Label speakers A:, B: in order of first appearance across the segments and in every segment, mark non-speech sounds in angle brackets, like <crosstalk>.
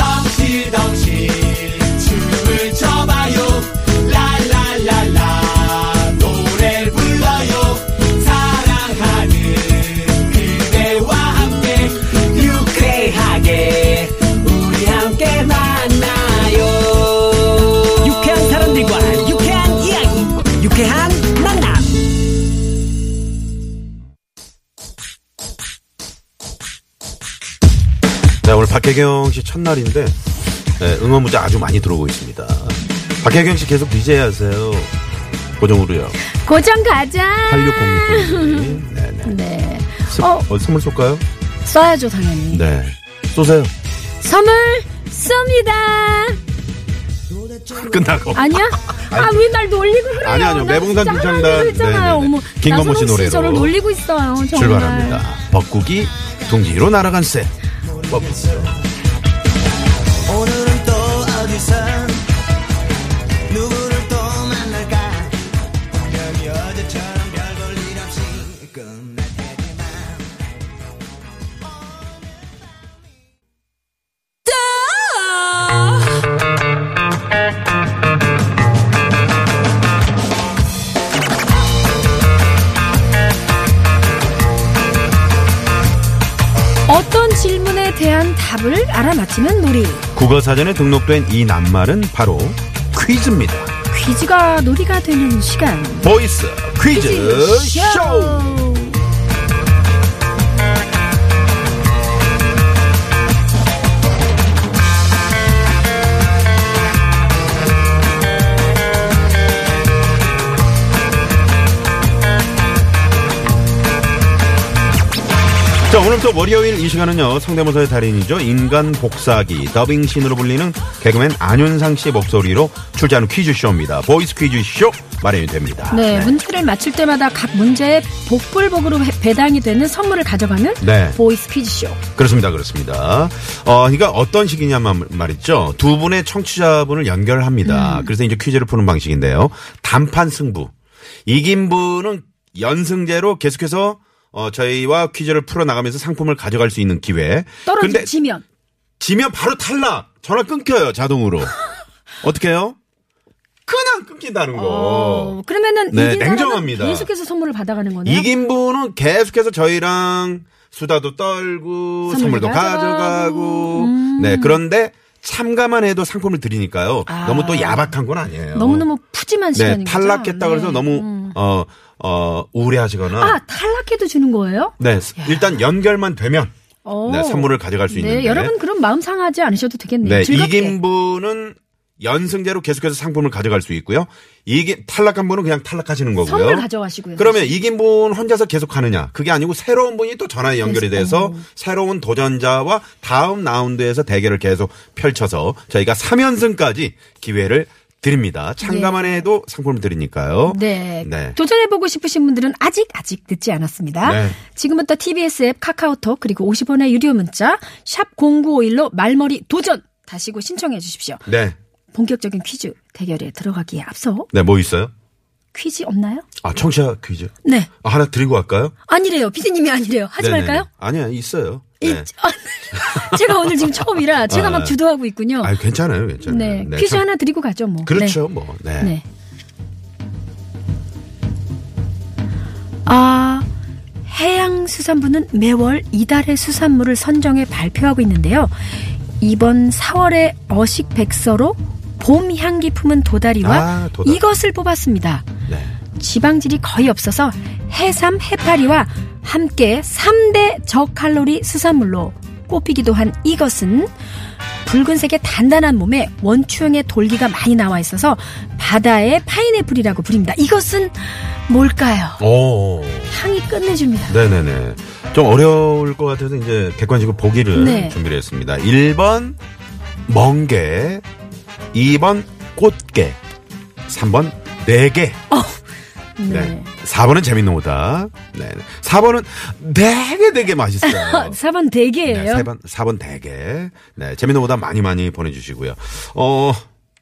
A: 덩실덩실 춤을 춰봐요 라라라라 노래를 불러요 사랑하는 그대와 함께 유쾌하게 우리 함께 만나요 유쾌한 사람들과 유쾌한 이야기 유쾌한 만남
B: 네, 오늘 박혜경 씨 첫날인데 네, 응원 문자 아주 많이 들어오고 있습니다. 박혜경 씨 계속 DJ 하세요. 고정으로요.
C: 고정 가자.
B: 8606번님. 네, 네.
C: 네.
B: 스-
C: 어.
B: 어, 선물 쏠까요?
C: 써야죠, 당연히.
B: 네. 쏘세요. <laughs>
C: 선물 쏩니다.
B: 끝나고. <laughs>
C: 아니야? 아, 왜 날 놀리고 그래요?
B: 아니요, 아니요.
C: 나
B: 매봉산
C: 진짜
B: 김창단.
C: 하라고 했잖아요.
B: 네네네.
C: 어머,
B: 김건모 씨
C: 나선홍
B: 노래로.
C: 저를 놀리고 있어요. 정말.
B: 출발합니다. 벚국이 둥지로 날아간 새. 벚-
D: 오늘은 또 어디서 누구를 또 만날까 여기 어제처럼 별 볼 일 없이 끝날 테지만
C: 어떤 질문에 대한 답을 알아맞히는 놀이.
B: 국어 사전에 등록된 이 낱말은 바로 퀴즈입니다.
C: 퀴즈가 놀이가 되는 시간.
B: 보이스 퀴즈
C: 퀴즈쇼.
B: 네, 쇼. 자, 오늘부터 월요일 이 시간은요, 성대모사의 달인이죠. 인간 복사기, 더빙 신으로 불리는 개그맨 안윤상 씨의 목소리로 출제하는 퀴즈쇼입니다. 보이스 퀴즈쇼 마련이 됩니다.
C: 네, 문제를 맞출 때마다 각 문제에 복불복으로 해- 배당이 되는 선물을 가져가는
B: 네.
C: 보이스 퀴즈쇼.
B: 그렇습니다. 그렇습니다. 어, 그러니까 어떤 식이냐면 말이죠. 두 분의 청취자분을
C: 음.
B: 연결합니다. 그래서 이제 퀴즈를 푸는 방식인데요. 단판 승부. 이긴 분은 연승제로 계속해서 어, 저희와 퀴즈를 풀어나가면서 상품을 가져갈 수 있는 기회. 근데
C: 떨어지면
B: 지면 바로 탈락. 전화 끊겨요, 자동으로. 어떻게 해요? 그냥 끊긴다는 거.
C: 어, 그러면은
B: 네,
C: 이긴 사람은
B: 냉정합니다.
C: 계속해서 선물을 받아가는 거네요.
B: 이긴 분은 계속해서 저희랑 수다도 떨고
C: 선물도 음.
B: 선물도 가져가고 네 그런데 참가만 해도 상품을 드리니까요
C: 아.
B: 너무 또 야박한 건 아니에요
C: 너무너무 푸짐한
B: 네
C: 시간인 거죠.
B: 탈락했다 그래서
C: 네.
B: 너무
C: 음.
B: 어어 우울해하시거나
C: 아 탈락해도 주는 거예요?
B: 네 일단 연결만 되면
C: 오.
B: 네, 선물을 가져갈 수
C: 네,
B: 있는데
C: 여러분 그럼 마음 상하지 않으셔도 되겠네요.
B: 네
C: 즐겁게.
B: 이긴 분은 연승제로 계속해서 상품을 가져갈 수 있고요 이긴 탈락한 분은 그냥 탈락하시는 거고요
C: 선물 가져가시고요.
B: 그러면 이긴 분 혼자서 계속 하느냐 그게 아니고 새로운 분이 또 전화 연결이 돼서
C: 음.
B: 새로운 도전자와 다음 라운드에서 대결을 계속 펼쳐서 저희가 3연승까지 기회를 드립니다. 참가만 해도 상품을 드리니까요.
C: 네.
B: 네.
C: 도전해보고 싶으신 분들은 아직 아직 늦지 않았습니다.
B: 네.
C: 지금부터 TBS 앱 카카오톡 그리고 50원의 유료 문자 샵 0951로 말머리 도전 다시고 신청해 주십시오.
B: 네.
C: 본격적인 퀴즈 대결에 들어가기에 앞서
B: 네, 뭐 있어요?
C: 퀴즈 없나요?
B: 아, 청취자 퀴즈.
C: 네.
B: 아, 하나 드리고 갈까요?
C: 아니래요. 피디님이 아니래요. 하지
B: 네네.
C: 말까요?
B: 아니야, 있어요.
C: 이-
B: 네.
C: 아, <laughs> 제가 오늘 지금 처음이라 제가
B: 아,
C: 막 주도하고 있군요.
B: 아, 괜찮아요, 괜찮아요.
C: 네. 퀴즈
B: 참-
C: 하나 드리고 가죠, 뭐.
B: 그렇죠, 뭐. 네.
C: 네. 네. 아, 해양수산부는 매월 이달의 수산물을 선정해 발표하고 있는데요. 이번 4월의 어식 백서로 봄 향기 품은 도다리와
B: 아, 도다리.
C: 이것을 뽑았습니다.
B: 네.
C: 지방질이 거의 없어서 해삼, 해파리와 함께 3대 저칼로리 수산물로 꼽히기도 한 이것은 붉은색의 단단한 몸에 원추형의 돌기가 많이 나와 있어서 바다의 파인애플이라고 부릅니다. 이것은 뭘까요?
B: 오.
C: 향이 끝내줍니다.
B: 어, 네네네. 좀 어려울 것 같아서 이제 객관식으로 보기를
C: 네.
B: 준비를 했습니다. 1번 멍게, 2번 꽃게, 3번 네개, 네. 4번은 재밌는 오다. 네. 4번은 되게 되게
C: <laughs>
B: 맛있어요.
C: 4번 대게예요.
B: 네, 3번, 4번 대게. 네, 재밌는 오다 많이 많이 보내주시고요. 어,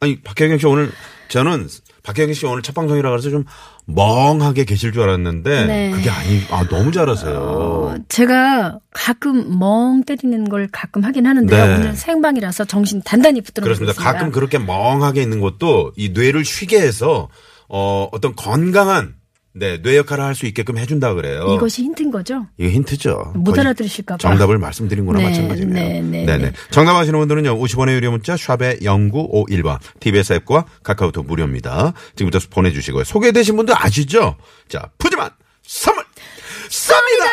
B: 아니, 박혜경 씨 오늘 저는 박혜경 씨 오늘 첫 방송이라 그래서 좀 멍하게 계실 줄 알았는데
C: 네. 어,
B: 그게 아니 아 너무 잘하세요.
C: 제가 가끔 멍 때리는 걸 가끔 하긴 하는데요.
B: 네.
C: 오늘 생방이라서 정신 단단히 붙들어 놓고
B: 그렇습니다.
C: 있습니다.
B: 가끔 그렇게 멍하게 있는 것도 이 뇌를 쉬게 해서 어 어떤 건강한 네, 뇌 역할을 할 수 있게끔 해준다 그래요.
C: 이것이 힌트인 거죠?
B: 이게 힌트죠.
C: 못
B: 거의
C: 알아들으실까 봐.
B: 정답을 말씀드린 거나
C: 네,
B: 마찬가지네요.
C: 네, 네, 네.
B: 정답 아시는 분들은요. 50원의 유료 문자 샵의 0951번 TBS 앱과 카카오톡 무료입니다. 지금부터 보내주시고요. 소개되신 분들 아시죠? 자 푸짐한 선물 쏩니다.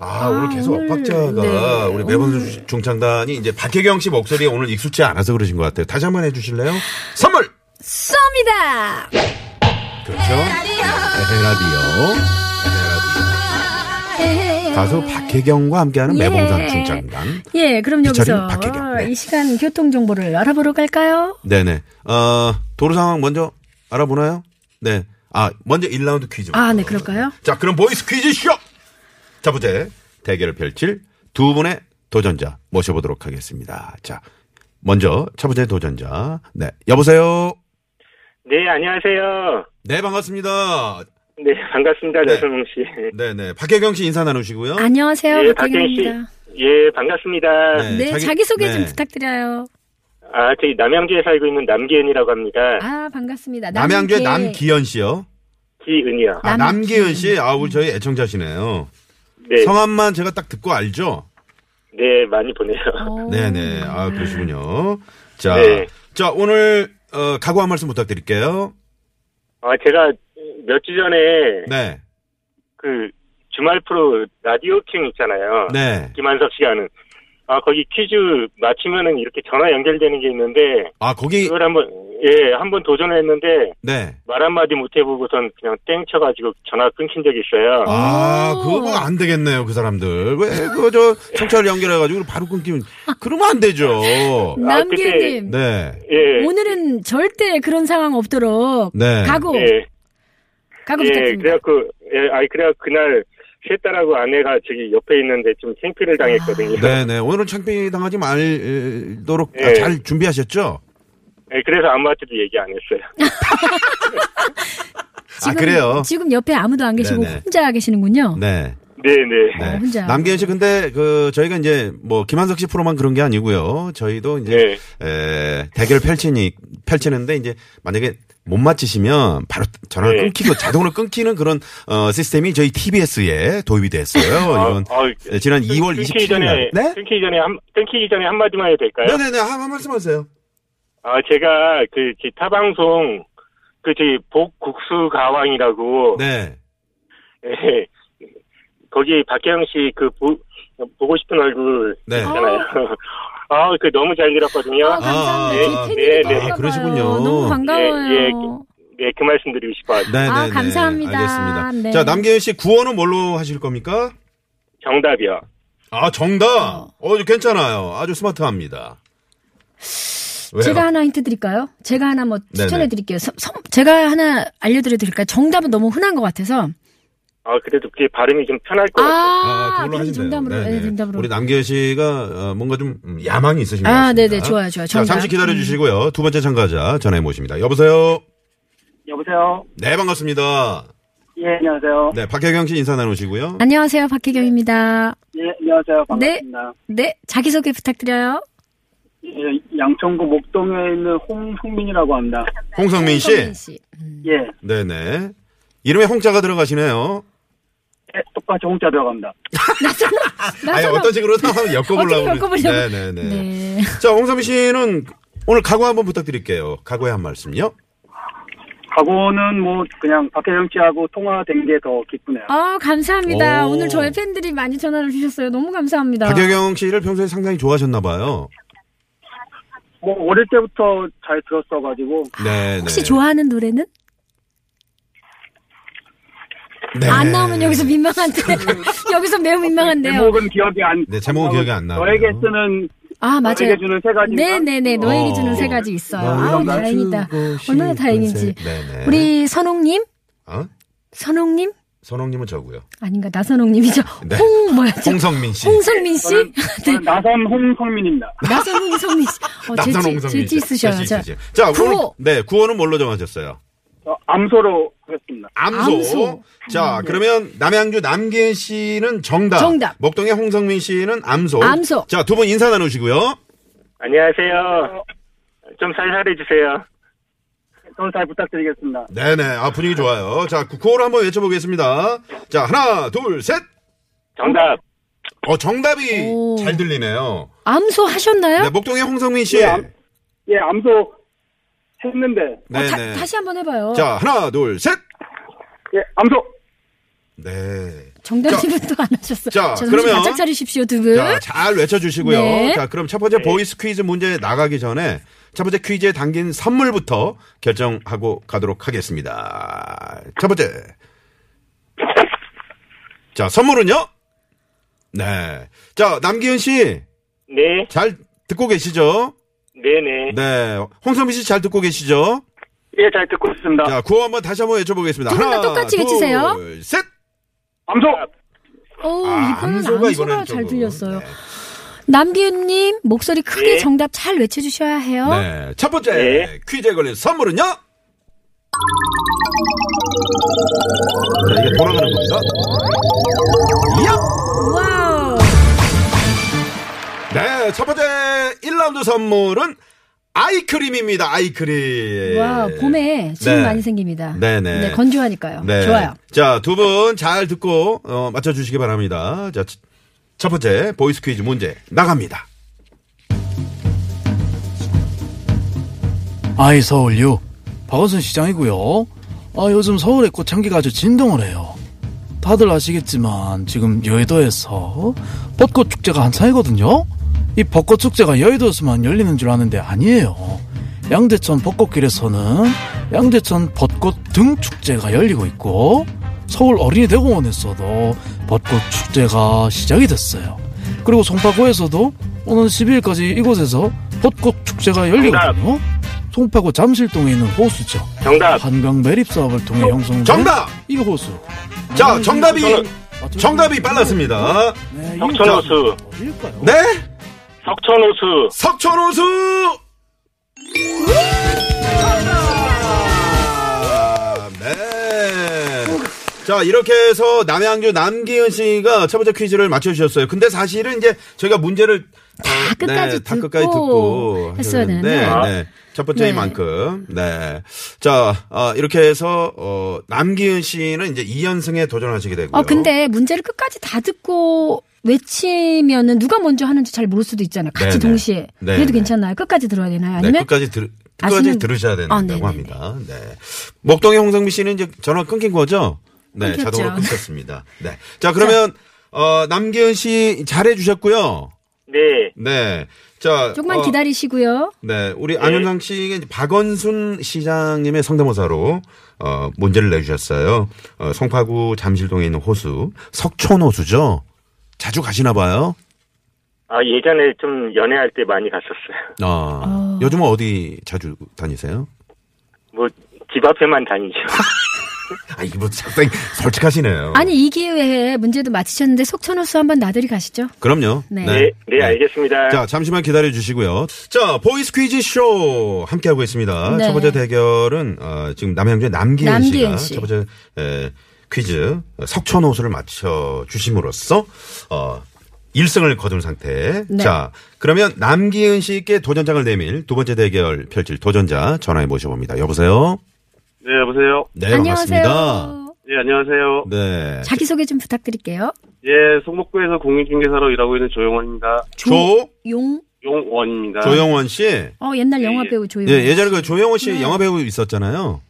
B: 아, 오늘 계속
C: 오늘,
B: 엇박자가
C: 네,
B: 우리 매번 주- 중창단이 이제 박혜경 씨 목소리에 오늘 익숙지 않아서 그러신 것 같아요. 다시 한번 해주실래요? 선물
C: 쏩니다!
B: 그렇죠. 에헤라디오. 에헤라디오. 가수 박혜경과 함께하는 매봉산 중창단.
C: 예, 그럼
B: 기차리는
C: 여기서
B: 박혜경. 네.
C: 이 시간 교통 정보를 알아보러 갈까요?
B: 네네. 어, 도로 상황 먼저 알아보나요? 네. 아, 먼저 1라운드 퀴즈.
C: 아, 네, 그럴까요?
B: 자, 그럼 보이스 퀴즈 쇼! 자, 부제 대결을 펼칠 두 분의 도전자 모셔보도록 하겠습니다. 자, 먼저 첫 번째 도전자. 네. 여보세요?
E: 네, 안녕하세요.
B: 네, 반갑습니다.
E: 네, 반갑습니다.
B: 네.
E: 나선홍 씨.
B: 네네. 박혜경 씨 인사 나누시고요.
C: 아, 네, 안녕하세요,
E: 예, 박경 씨.
C: 박혜경입니다.
E: 예, 반갑습니다.
B: 네,
C: 네,
B: 자기-
C: 자기... 소개
B: 네.
C: 좀 부탁드려요.
E: 아, 저기 남양주에 살고 있는 남기은이라고 합니다.
C: 아, 반갑습니다.
B: 남양주의 남기현 씨요.
E: 기은이요.
B: 아,
C: 남기현
B: 남기현 씨, 아, 우리 저희 애청자시네요.
E: 네,
B: 성함만 제가 딱 듣고 알죠?
E: 네, 많이 보내요.
B: 어.
C: 오.
B: 네네. 아, 그러시군요. 자,
E: 네.
B: 자, 오늘, 어, 각오 한 말씀 부탁드릴게요.
E: 아, 제가 몇 주 전에
B: 네.
E: 그 주말 프로 라디오 킹 있잖아요.
B: 네.
E: 김한석 씨가 하는. 아, 거기 퀴즈 맞히면은 이렇게 전화 연결되는 게 있는데
B: 아, 거기,
E: 그걸 한번 예, 한번 도전을 했는데
B: 네.
E: 말 한마디 못 해보고선 그냥 땡쳐 가지고 전화 끊긴 적이 있어요.
B: 아,
C: 오.
B: 그거 안 되겠네요, 그 사람들. 왜, 그거 저, 청찰 연결해가지고 바로 끊기면, 그러면 안 되죠.
E: 아,
C: 남기현님.
B: 네.
E: 예.
C: 오늘은 절대 그런 상황 없도록
B: 네.
C: 각오,
E: 예.
C: 각오
E: 예,
C: 부탁드립니다.
E: 그래갖고, 예, 아니, 그래갖 그날, 셋 딸하고 아내가 저기 옆에 있는데 좀 생피를 당했거든요.
B: 네네. 오늘은 창피 당하지 말도록
E: 예.
B: 잘 준비하셨죠?
E: <laughs> 예, 그래서 아무한테도 얘기 안
C: <laughs>
E: 했어요.
B: 아, 그래요?
C: 지금 옆에 아무도 안 계시고
B: 네네.
C: 혼자 계시는군요.
B: 네.
E: 네네.
B: 네.
C: 어, 혼자.
B: 남기현 씨, 근데 그 저희가 이제 뭐 김한석 씨 프로만 그런 게 아니고요. 저희도 이제
E: 네.
B: 에, 대결 펼치니 펼치는데 이제 만약에 못 맞히시면 바로 전화를
E: 네. <laughs>
B: 끊기고 자동으로 끊기는 그런 어, 시스템이 저희 TBS에 도입이 됐어요. 이건
E: 아,
B: 예, 지난 2월
E: 끊기기
B: 27일
E: 전에,
B: 날. 네?
E: 끊기기 전에 한, 끊기기 전에 한마디만 해도 될까요?
B: 네네네. 한, 한 말씀하세요.
E: 아, 제가 그, 그 타방송, 그, 저기, 복국수 가왕이라고,
B: 네.
E: 예, 거기 박혜영 씨 그, 보, 보고 싶은 얼굴
B: 네.
E: 있잖아요. <laughs> 아, 그 너무 잘 들었거든요.
C: 아, 감사합니다.
B: 아,
C: 저희 팬이기도
E: 네,
C: 한가
E: 네.
C: 봐요.
B: 그러시군요.
C: 너무 반가워요.
E: 예, 예. 네, 그 말씀 드리고 싶어요.
B: 네네네.
C: 아, 감사합니다.
B: 알겠습니다.
C: 네.
B: 자, 남기현 씨 구호는 뭘로 하실 겁니까?
E: 정답이요.
B: 아, 정답. 어, 괜찮아요. 아주 스마트합니다. 왜요?
C: 제가 하나 힌트 드릴까요? 제가 하나 뭐
B: 네네.
C: 추천해 드릴게요. 섬- 섬- 제가 하나 알려드려 드릴까요? 정답은 너무 흔한 것 같아서.
E: 아, 그래도 그게 발음이 좀 편할 것 같아요.
C: 아,
B: 그걸로
C: 그럼
B: 하시면
C: 정답으로.
B: 돼요.
C: 네,
B: 네네.
C: 정답으로.
B: 우리 남기현 씨가 어, 뭔가 좀 음, 야망이 있으신 것
C: 아,
B: 같습니다.
C: 네네. 좋아요,
B: 자,
C: 좋아요. 정답. 음.
B: 잠시 기다려 주시고요. 두 번째 참가자 전화해 모십니다. 여보세요.
F: 여보세요.
B: 네, 반갑습니다.
F: 예, 안녕하세요.
B: 네, 박혜경 씨 인사 나누시고요.
C: 안녕하세요. 박혜경입니다.
F: 예, 안녕하세요. 반갑습니다.
C: 네, 자기소개 부탁드려요.
F: 예, 양천구 목동에 있는 홍성민이라고 합니다.
B: 홍성민 씨.
C: 성민 씨.
F: 예,
B: 네, 네. 이름에 홍자가 들어가시네요.
F: 예, 똑같이 홍자 들어갑니다.
B: 아니,
C: 나선호.
B: 어떤 식으로 상황을 엮어보려고.
C: 어떻게
B: 그래.
C: 엮어보려고.
B: 네, 네, 네.
C: 네.
B: 자, 홍성민 씨는 오늘 각오 한번 부탁드릴게요. 각오의 한 말씀요.
C: 어.
F: 과거는 뭐 그냥 박혜영 씨하고 통화된 게 더 기쁘네요.
C: 아, 감사합니다.
B: 오.
C: 오늘 저의 팬들이 많이 전화를 주셨어요. 너무 감사합니다.
B: 박혜경 씨를 평소에 상당히 좋아하셨나 봐요.
F: 뭐 어릴 때부터 잘 들었어가지고
B: 네,
C: 혹시
B: 네.
C: 좋아하는 노래는?
B: 네.
C: 안 나오면 여기서 민망한데. <laughs> 여기서 매우 민망한데요.
F: 제목은 기억이 안.
B: 네, 제목은 기억이 안 나고요.
F: 너에게 쓰는
C: 아, 맞아요.
F: 너에게 주는 세 가지.
C: 네네네. 너에게
B: 어.
C: 주는 세 가지 있어요.
B: 아,
C: 아, 다행이다. 얼마나 다행인지.
B: 네네.
C: 우리 선홍님?
B: 어?
C: 선홍님?
B: 선홍님은 저고요.
C: 아닌가 나선홍님이죠.
B: 네.
C: 홍 뭐였죠?
B: 홍성민 씨.
C: 홍성민 씨.
F: 저는,
C: <laughs> 네.
F: 저는 나선 홍성민입니다.
C: 나선홍성민 씨. 어,
B: 남산 홍성민
C: 재치, 재치
B: 씨. 재치
C: 있으셔야죠.
B: 있으시죠. 자, 구호.
C: 구호.
B: 네, 구호는 뭘로 정하셨어요?
F: 저 암소로 하겠습니다.
B: 암소.
C: 암소.
B: 자, 그러면 남양주 남기현 씨는 정답.
C: 정답.
B: 목동의 홍성민 씨는 암소.
C: 암소.
B: 자, 두 분 인사 나누시고요.
E: 안녕하세요.
C: 어.
E: 좀 살살해 주세요.
F: 저는 잘 부탁드리겠습니다.
B: 네네. 아, 분위기 좋아요. 자, 구- 구호를 한번 외쳐보겠습니다. 자, 하나, 둘, 셋.
E: 정답.
B: 어, 정답이
C: 오.
B: 잘 들리네요.
C: 암소
B: 네,
C: 하셨나요?
B: 목동의 홍성민 씨.
C: 네.
F: 예, 암- 예, 암소 했는데
C: 어, 다,
B: 네네.
C: 다시 한번 해봐요.
B: 자, 하나, 둘, 셋.
F: 예, 암소
B: 네.
C: 정답님은 또 안 하셨어요.
B: 자,
C: 정신
B: 그러면-
C: 바짝 차리십시오 두 분.
B: 자, 잘 외쳐주시고요.
C: 네.
B: 자, 그럼 첫 번째 보이스 퀴즈 문제 나가기 전에 첫 번째 퀴즈에 담긴 선물부터 결정하고 가도록 하겠습니다. 첫 번째. 자, 선물은요? 네. 자, 남기현 씨,
E: 네,
B: 잘 듣고 계시죠?
E: 네, 네.
B: 네. 홍성민 씨 잘 듣고 계시죠?
F: 예, 잘 듣고 있습니다.
B: 자, 구호 한번 다시 한번 외쳐보겠습니다.
C: 두분다
B: 하나,
C: 똑같이
B: 둘,
C: 외치세요.
B: 셋!
F: 암소
C: 오,
B: 아,
C: 어, 이거는
B: 암소가
C: 암소가,
B: 이번엔
C: 잘
B: 조금,
C: 들렸어요.
B: 네.
C: 남기훈님 목소리 크게
E: 네.
C: 정답 잘 외쳐주셔야 해요.
B: 네. 첫 번째
C: 예.
E: 네.
B: 퀴즈에 걸린 선물은요? 자, 이게 돌아가는 겁니다. 얍!
C: 와우.
B: 네, 첫 번째 1라운드 선물은 아이크림입니다. 아이크림.
C: 와 봄에 수분
B: 네.
C: 많이 생깁니다.
B: 네네.
C: 네, 건조하니까요.
B: 네.
C: 좋아요.
B: 자, 두 분 잘 듣고 어, 맞춰 주시기 바랍니다. 자, 치- 첫 번째 보이스 퀴즈 문제 나갑니다.
G: 아이 서울유 박원순 시장이고요. 아 요즘 서울의 꽃향기가 아주 진동을 해요. 다들 아시겠지만 지금 여의도에서 벚꽃 축제가 한창이거든요. 이 벚꽃 축제가 여의도에서만 열리는 줄 아는데 아니에요. 양재천 벚꽃길에서는 양재천 벚꽃 등 축제가 열리고 있고 서울 어린이 대공원에서도 벚꽃 축제가 시작이 됐어요. 그리고 송파구에서도 오는 12일까지 이곳에서 벚꽃 축제가 열리거든요. 송파구 잠실동에 있는 호수죠.
E: 정답.
G: 한강 매립 사업을 통해 형성된
B: 정답!
G: 이 호수. 음,
B: 자, 정답이 정답이 빨랐습니다.
G: 네, 이거
E: 석천호수.
G: 어딜까요?
B: 네?
E: 석천호수.
B: 석촌호수! 아, 네. 자, 이렇게 해서 남양주 남기현 씨가 첫 번째 퀴즈를 맞춰주셨어요. 근데 사실은 이제 저희가 문제를 다,
C: 끝까지
B: 다
C: 듣고
B: 끝까지 듣고
C: 했어야
B: 하셨는데,
C: 되는데.
B: 네. 첫 번째인
C: 네.
B: 만큼. 네. 자, 아, 이렇게 해서, 어, 남기현 씨는 이제 2연승에 도전하시게 되고요.
C: 어 근데 문제를 끝까지 다 듣고 외치면은 누가 먼저 하는지 잘 모를 수도 있잖아요. 같이
B: 네네.
C: 동시에.
B: 네네.
C: 그래도 괜찮나요? 끝까지 들어야 되나요?
B: 네,
C: 아니면
B: 끝까지 들, 끝까지
C: 아시는-
B: 들으셔야
C: 아,
B: 된다고
C: 네네네.
B: 합니다. 네. 목동의 홍성미 씨는 이제 전화 끊긴 거죠? 네,
C: 끊겼죠.
B: 자동으로 끊겼습니다. 네. 자, 그러면, 어, 남기현 씨 잘해주셨고요.
E: 네,
B: 네. 자.
C: 조금만
B: 어,
C: 기다리시고요.
B: 네. 우리 안현상 씨가 이제 박원순 시장님의 성대모사로, 어, 문제를 내주셨어요. 어, 송파구 잠실동에 있는 호수, 석촌호수죠? 자주 가시나 봐요?
E: 아 예전에 좀 연애할 때 많이 갔었어요.
B: 어, 요즘은 어디 자주 다니세요?
E: 뭐 집 앞에만 다니죠.
B: 아, 이분 <laughs> 상당히 솔직하시네요.
C: 아니 이 기회에 문제도 마치셨는데 속천호수 한번 나들이 가시죠.
B: 그럼요.
C: 네.
E: 네, 네 알겠습니다.
B: 자, 잠시만 기다려 주시고요. 자, 보이스 퀴즈 쇼 함께하고 있습니다.
C: 네.
B: 첫 번째 대결은 어, 지금 남양주의 남기현,
C: 남기현
B: 씨가
C: 씨.
B: 첫 번째 에, 퀴즈 석촌호수를 맞춰 주심으로써 어 1승을 거둔 상태.
C: 네.
B: 자, 그러면 남기은 씨께 도전장을 내밀 두 번째 대결 펼칠 도전자 전화해 모셔봅니다. 여보세요?
E: 네 여보세요.
B: 네, 반갑습니다.
C: 안녕하세요.
E: 예 안녕하세요.
B: 네.
C: 자기 소개 좀 부탁드릴게요.
E: 예 송목구에서 공인중개사로 일하고 있는 조용원입니다.
B: 조,
C: 용.
E: 용원입니다.
B: 조영원 씨. 예,
C: 어 옛날 영화
E: 예.
C: 배우 조용.
B: 예전에 그 조영원 씨 영화 배우 있었잖아요.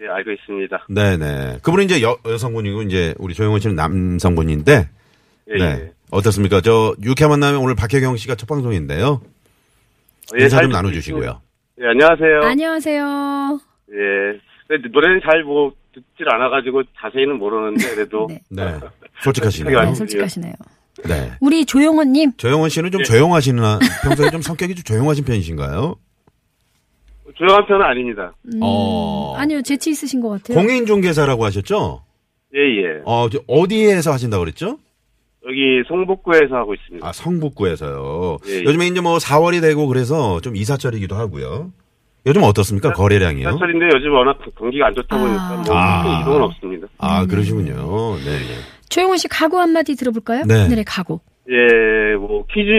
E: 예 알고 있습니다.
B: 네네. 그분은 이제 여, 여성분이고 이제 우리 조영원 씨는 남성분인데.
E: 예,
B: 네. 어떻습니까? 저 육회 만나면 오늘 박혜경 씨가 첫 방송인데요.
E: 예.
B: 인사
E: 잘
B: 좀
E: 듣고
B: 나눠주시고요.
E: 있- 예 안녕하세요.
C: 안녕하세요.
E: 예. 근데 노래는 잘 뭐 듣질 않아가지고 자세히는 모르는데 그래도
C: <laughs> 네.
B: 네.
C: 네,
B: 솔직하시네요.
E: 아니요.
C: 솔직하시네요.
B: 네.
C: 우리 조용호님
B: 조영원 씨는 좀
E: 예.
B: 조용하시나 평소에 좀 성격이 좀 조용하신 편이신가요?
E: 조용한 편은 아닙니다.
B: 어.
C: 아니요 음, 재치 있으신 것 같아요.
B: 공인중개사라고 하셨죠?
H: 예, 예.
B: 어, 저 어디에서 하신다고 그랬죠?
H: 여기 성북구에서 하고 있습니다.
B: 아, 성북구에서요.
H: 예, 예.
B: 요즘에 이제 뭐 4월이 되고 그래서 좀 이사철이기도 하고요. 요즘 어떻습니까? 거래량이요?
H: 사철인데 요즘 워낙 경기가 안 좋다 보니까 뭐
B: 아.
H: 크게 이동은 없습니다.
B: 아, 그러시군요. 네. 네.
C: 조용훈 씨 각오 한마디 들어볼까요?
B: 네.
C: 오늘의 각오.
H: 예, 뭐 퀴즈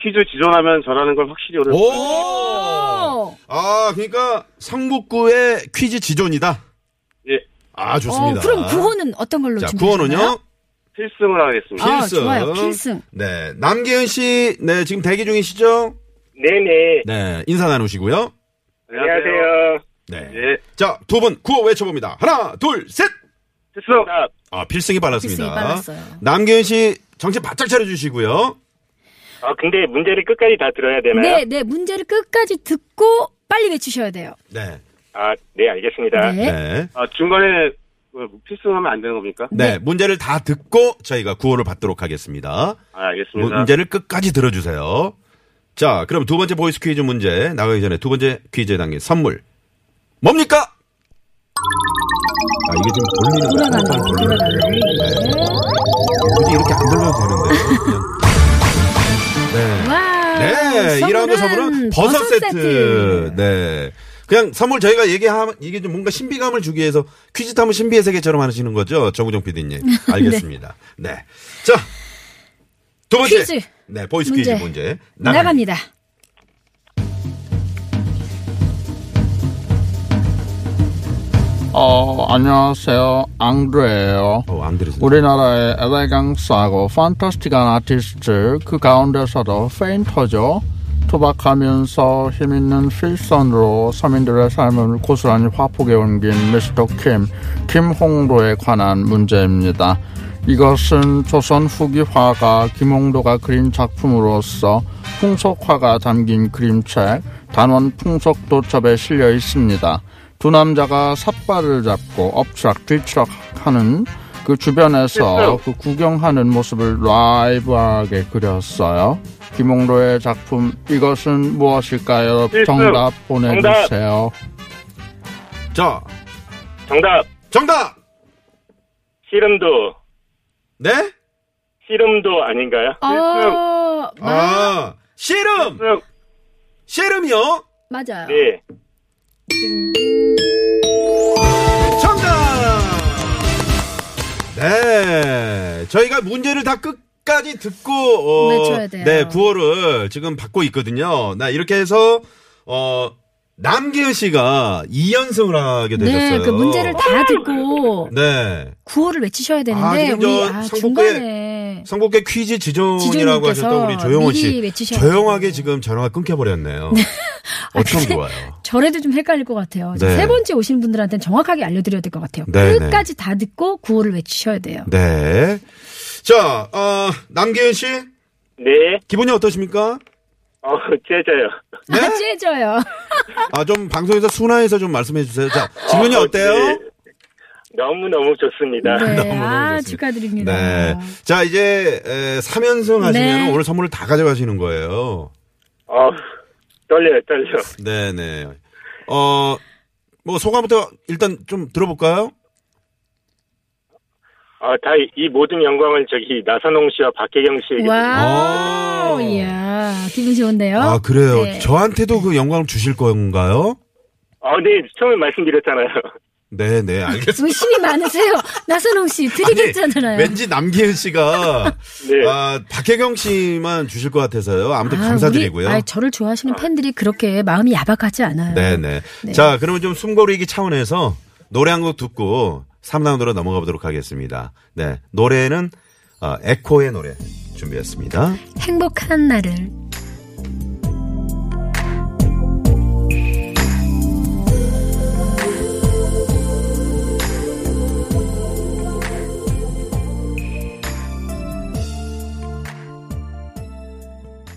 H: 퀴즈 지존하면 저라는 걸 확실히 오늘
B: 오! 아, 그러니까 성북구의 퀴즈 지존이다.
H: 예,
B: 아, 좋습니다.
C: 어, 그럼 구호는 어떤 걸로
B: 자,
C: 준비했나요?
B: 구호는요?
H: 필승을 하겠습니다.
C: 아,
B: 필승.
C: 좋아요. 필승.
B: 네. 남기현 씨, 네, 지금 대기 중이시죠?
E: 네네.
B: 네. 인사 나누시고요. 네.
E: 안녕하세요.
H: 예,
B: 자, 두 분 구호 외쳐봅니다. 하나, 둘, 셋!
H: 필승.
B: 아, 필승이 빨랐습니다.
C: 필승이 빨랐어요.
B: 남기현 씨, 정신 바짝 차려주시고요.
E: 아, 근데 문제를 끝까지 다 들어야 되나요?
C: 네, 네. 문제를 끝까지 듣고 빨리 외치셔야 돼요.
B: 네.
E: 아, 네, 알겠습니다.
C: 네.
B: 네.
H: 아 중간에 뭐 필승하면 안 되는 겁니까?
B: 네, 문제를 다 듣고 저희가 구호를 받도록 하겠습니다.
H: 아, 알겠습니다.
B: 문제를 끝까지 들어주세요. 자, 그럼 두 번째 보이스 퀴즈 문제 나가기 전에 두 번째 퀴즈에 담긴 선물. 뭡니까? 아, 이게 지금 돌리는 거야. 한번 돌리는 거야. 네. 굳이 이렇게 안 돌려도 되는데. 그냥. 네.
C: 와.
B: 네, 2라운드 선물은 버섯, 세트. 네. 그냥 선물 저희가 얘기하면 이게 좀 뭔가 신비감을 주기 위해서 퀴즈 타면 신비의 세계처럼 하시는 거죠. 정우정 <laughs> PD님. 알겠습니다. 네. 자. 두 번째.
C: 퀴즈.
B: 네, 보이스
C: 문제.
B: 퀴즈 문제. 나갑니다.
C: 나갑니다.
G: 어, 안녕하세요. 앙드레예요.
B: 어, 안 들었어요.
G: 우리나라의 에레강스하고 판타스틱한 아티스트 그 가운데서도 페인터죠. 투박하면서 힘있는 필선으로 서민들의 삶을 고스란히 화폭에 옮긴 미스터 킴, 김홍도에 관한 문제입니다. 이것은 조선 후기 화가 김홍도가 그린 작품으로서 풍속화가 담긴 그림책 단원 풍속도첩에 실려 있습니다. 두 남자가 삿발을 잡고 엎치락 뒤치락 하는 그 주변에서 그 구경하는 모습을 라이브하게 그렸어요. 김홍로의 작품 이것은 무엇일까요?
H: 필승.
G: 정답 보내주세요.
B: 자,
E: 정답.
B: 정답!
E: 씨름도.
B: 네?
E: 씨름도 아닌가요?
C: 어, 마-
B: 아, 씨름!
E: 필승.
B: 씨름이요?
C: 맞아요.
E: 네.
B: 정답! 네. 저희가 문제를 다 끝까지 듣고,
C: 외쳐야 돼요.
B: 네, 구호를 지금 받고 있거든요. 나 이렇게 해서, 어, 남기현 씨가 2연승을 하게 되셨어요.
C: 네, 그 문제를 다 듣고
B: 네.
C: 구호를 외치셔야 되는데
B: 지금 저
C: 우리 아,
B: 성북구에
C: 중간에
B: 성국의 퀴즈 지존이라고
C: 지존님께서
B: 하셨던 우리 조영원
C: 미리
B: 씨.
C: 외치셔야
B: 조용하게
C: 돼요.
B: 지금 전화가
C: <laughs>
B: 끊겨버렸네요. 어쩜 좋아요.
C: 저래도 좀 헷갈릴 것 같아요.
B: 네.
C: 세 번째 오시는 분들한테는 정확하게 알려드려야 될 것 같아요.
B: 네, 네.
C: 끝까지 다 듣고 구호를 외치셔야 돼요.
B: 네. 자, 어, 남기현 씨,
E: 네.
B: 기분이 어떠십니까?
E: 어, <laughs> 제자요.
B: 네?
C: 아, 째져요.
B: 아, 좀 방송에서 순화해서 좀 말씀해 주세요. 자, 기분이
E: 어,
B: 어때요?
E: 네. 너무너무 좋습니다.
C: 네, 아,
B: 좋습니다.
C: 축하드립니다.
B: 네. 자, 이제, 에, 3연승 하시면
C: 네.
B: 오늘 선물을 다 가져가시는 거예요.
E: 어, 떨려요, 떨려.
B: 네네. 어, 뭐, 소감부터 일단 좀 들어볼까요?
E: 어, 다, 이- 이 모든 영광을 저기 나선홍 씨와 박혜경 씨에게.
C: 와우,
B: 오.
C: 이야, 기분 좋은데요?
B: 아, 그래요.
C: 네.
B: 저한테도 그 영광을 주실 건가요?
E: 어, 네, 처음에 말씀드렸잖아요.
B: 네네,
C: <laughs>
B: 알겠습니다. <laughs>
C: 의심이 많으세요. 나선홍 씨, 드리겠잖아요.
B: 왠지 남기현 씨가
E: 네.
B: 아, 박혜경 씨만 주실 것 같아서요. 아무튼
C: 아,
B: 감사드리고요.
C: 우리- 아, 저를 좋아하시는 팬들이 그렇게 마음이 야박하지 않아요.
B: 네네. 자, 그러면 좀 숨고르기 차원에서 노래 한 곡 듣고 3라운드로 넘어가 보도록 하겠습니다. 네. 노래는 어, 에코의 노래 준비했습니다.
C: 행복한 날을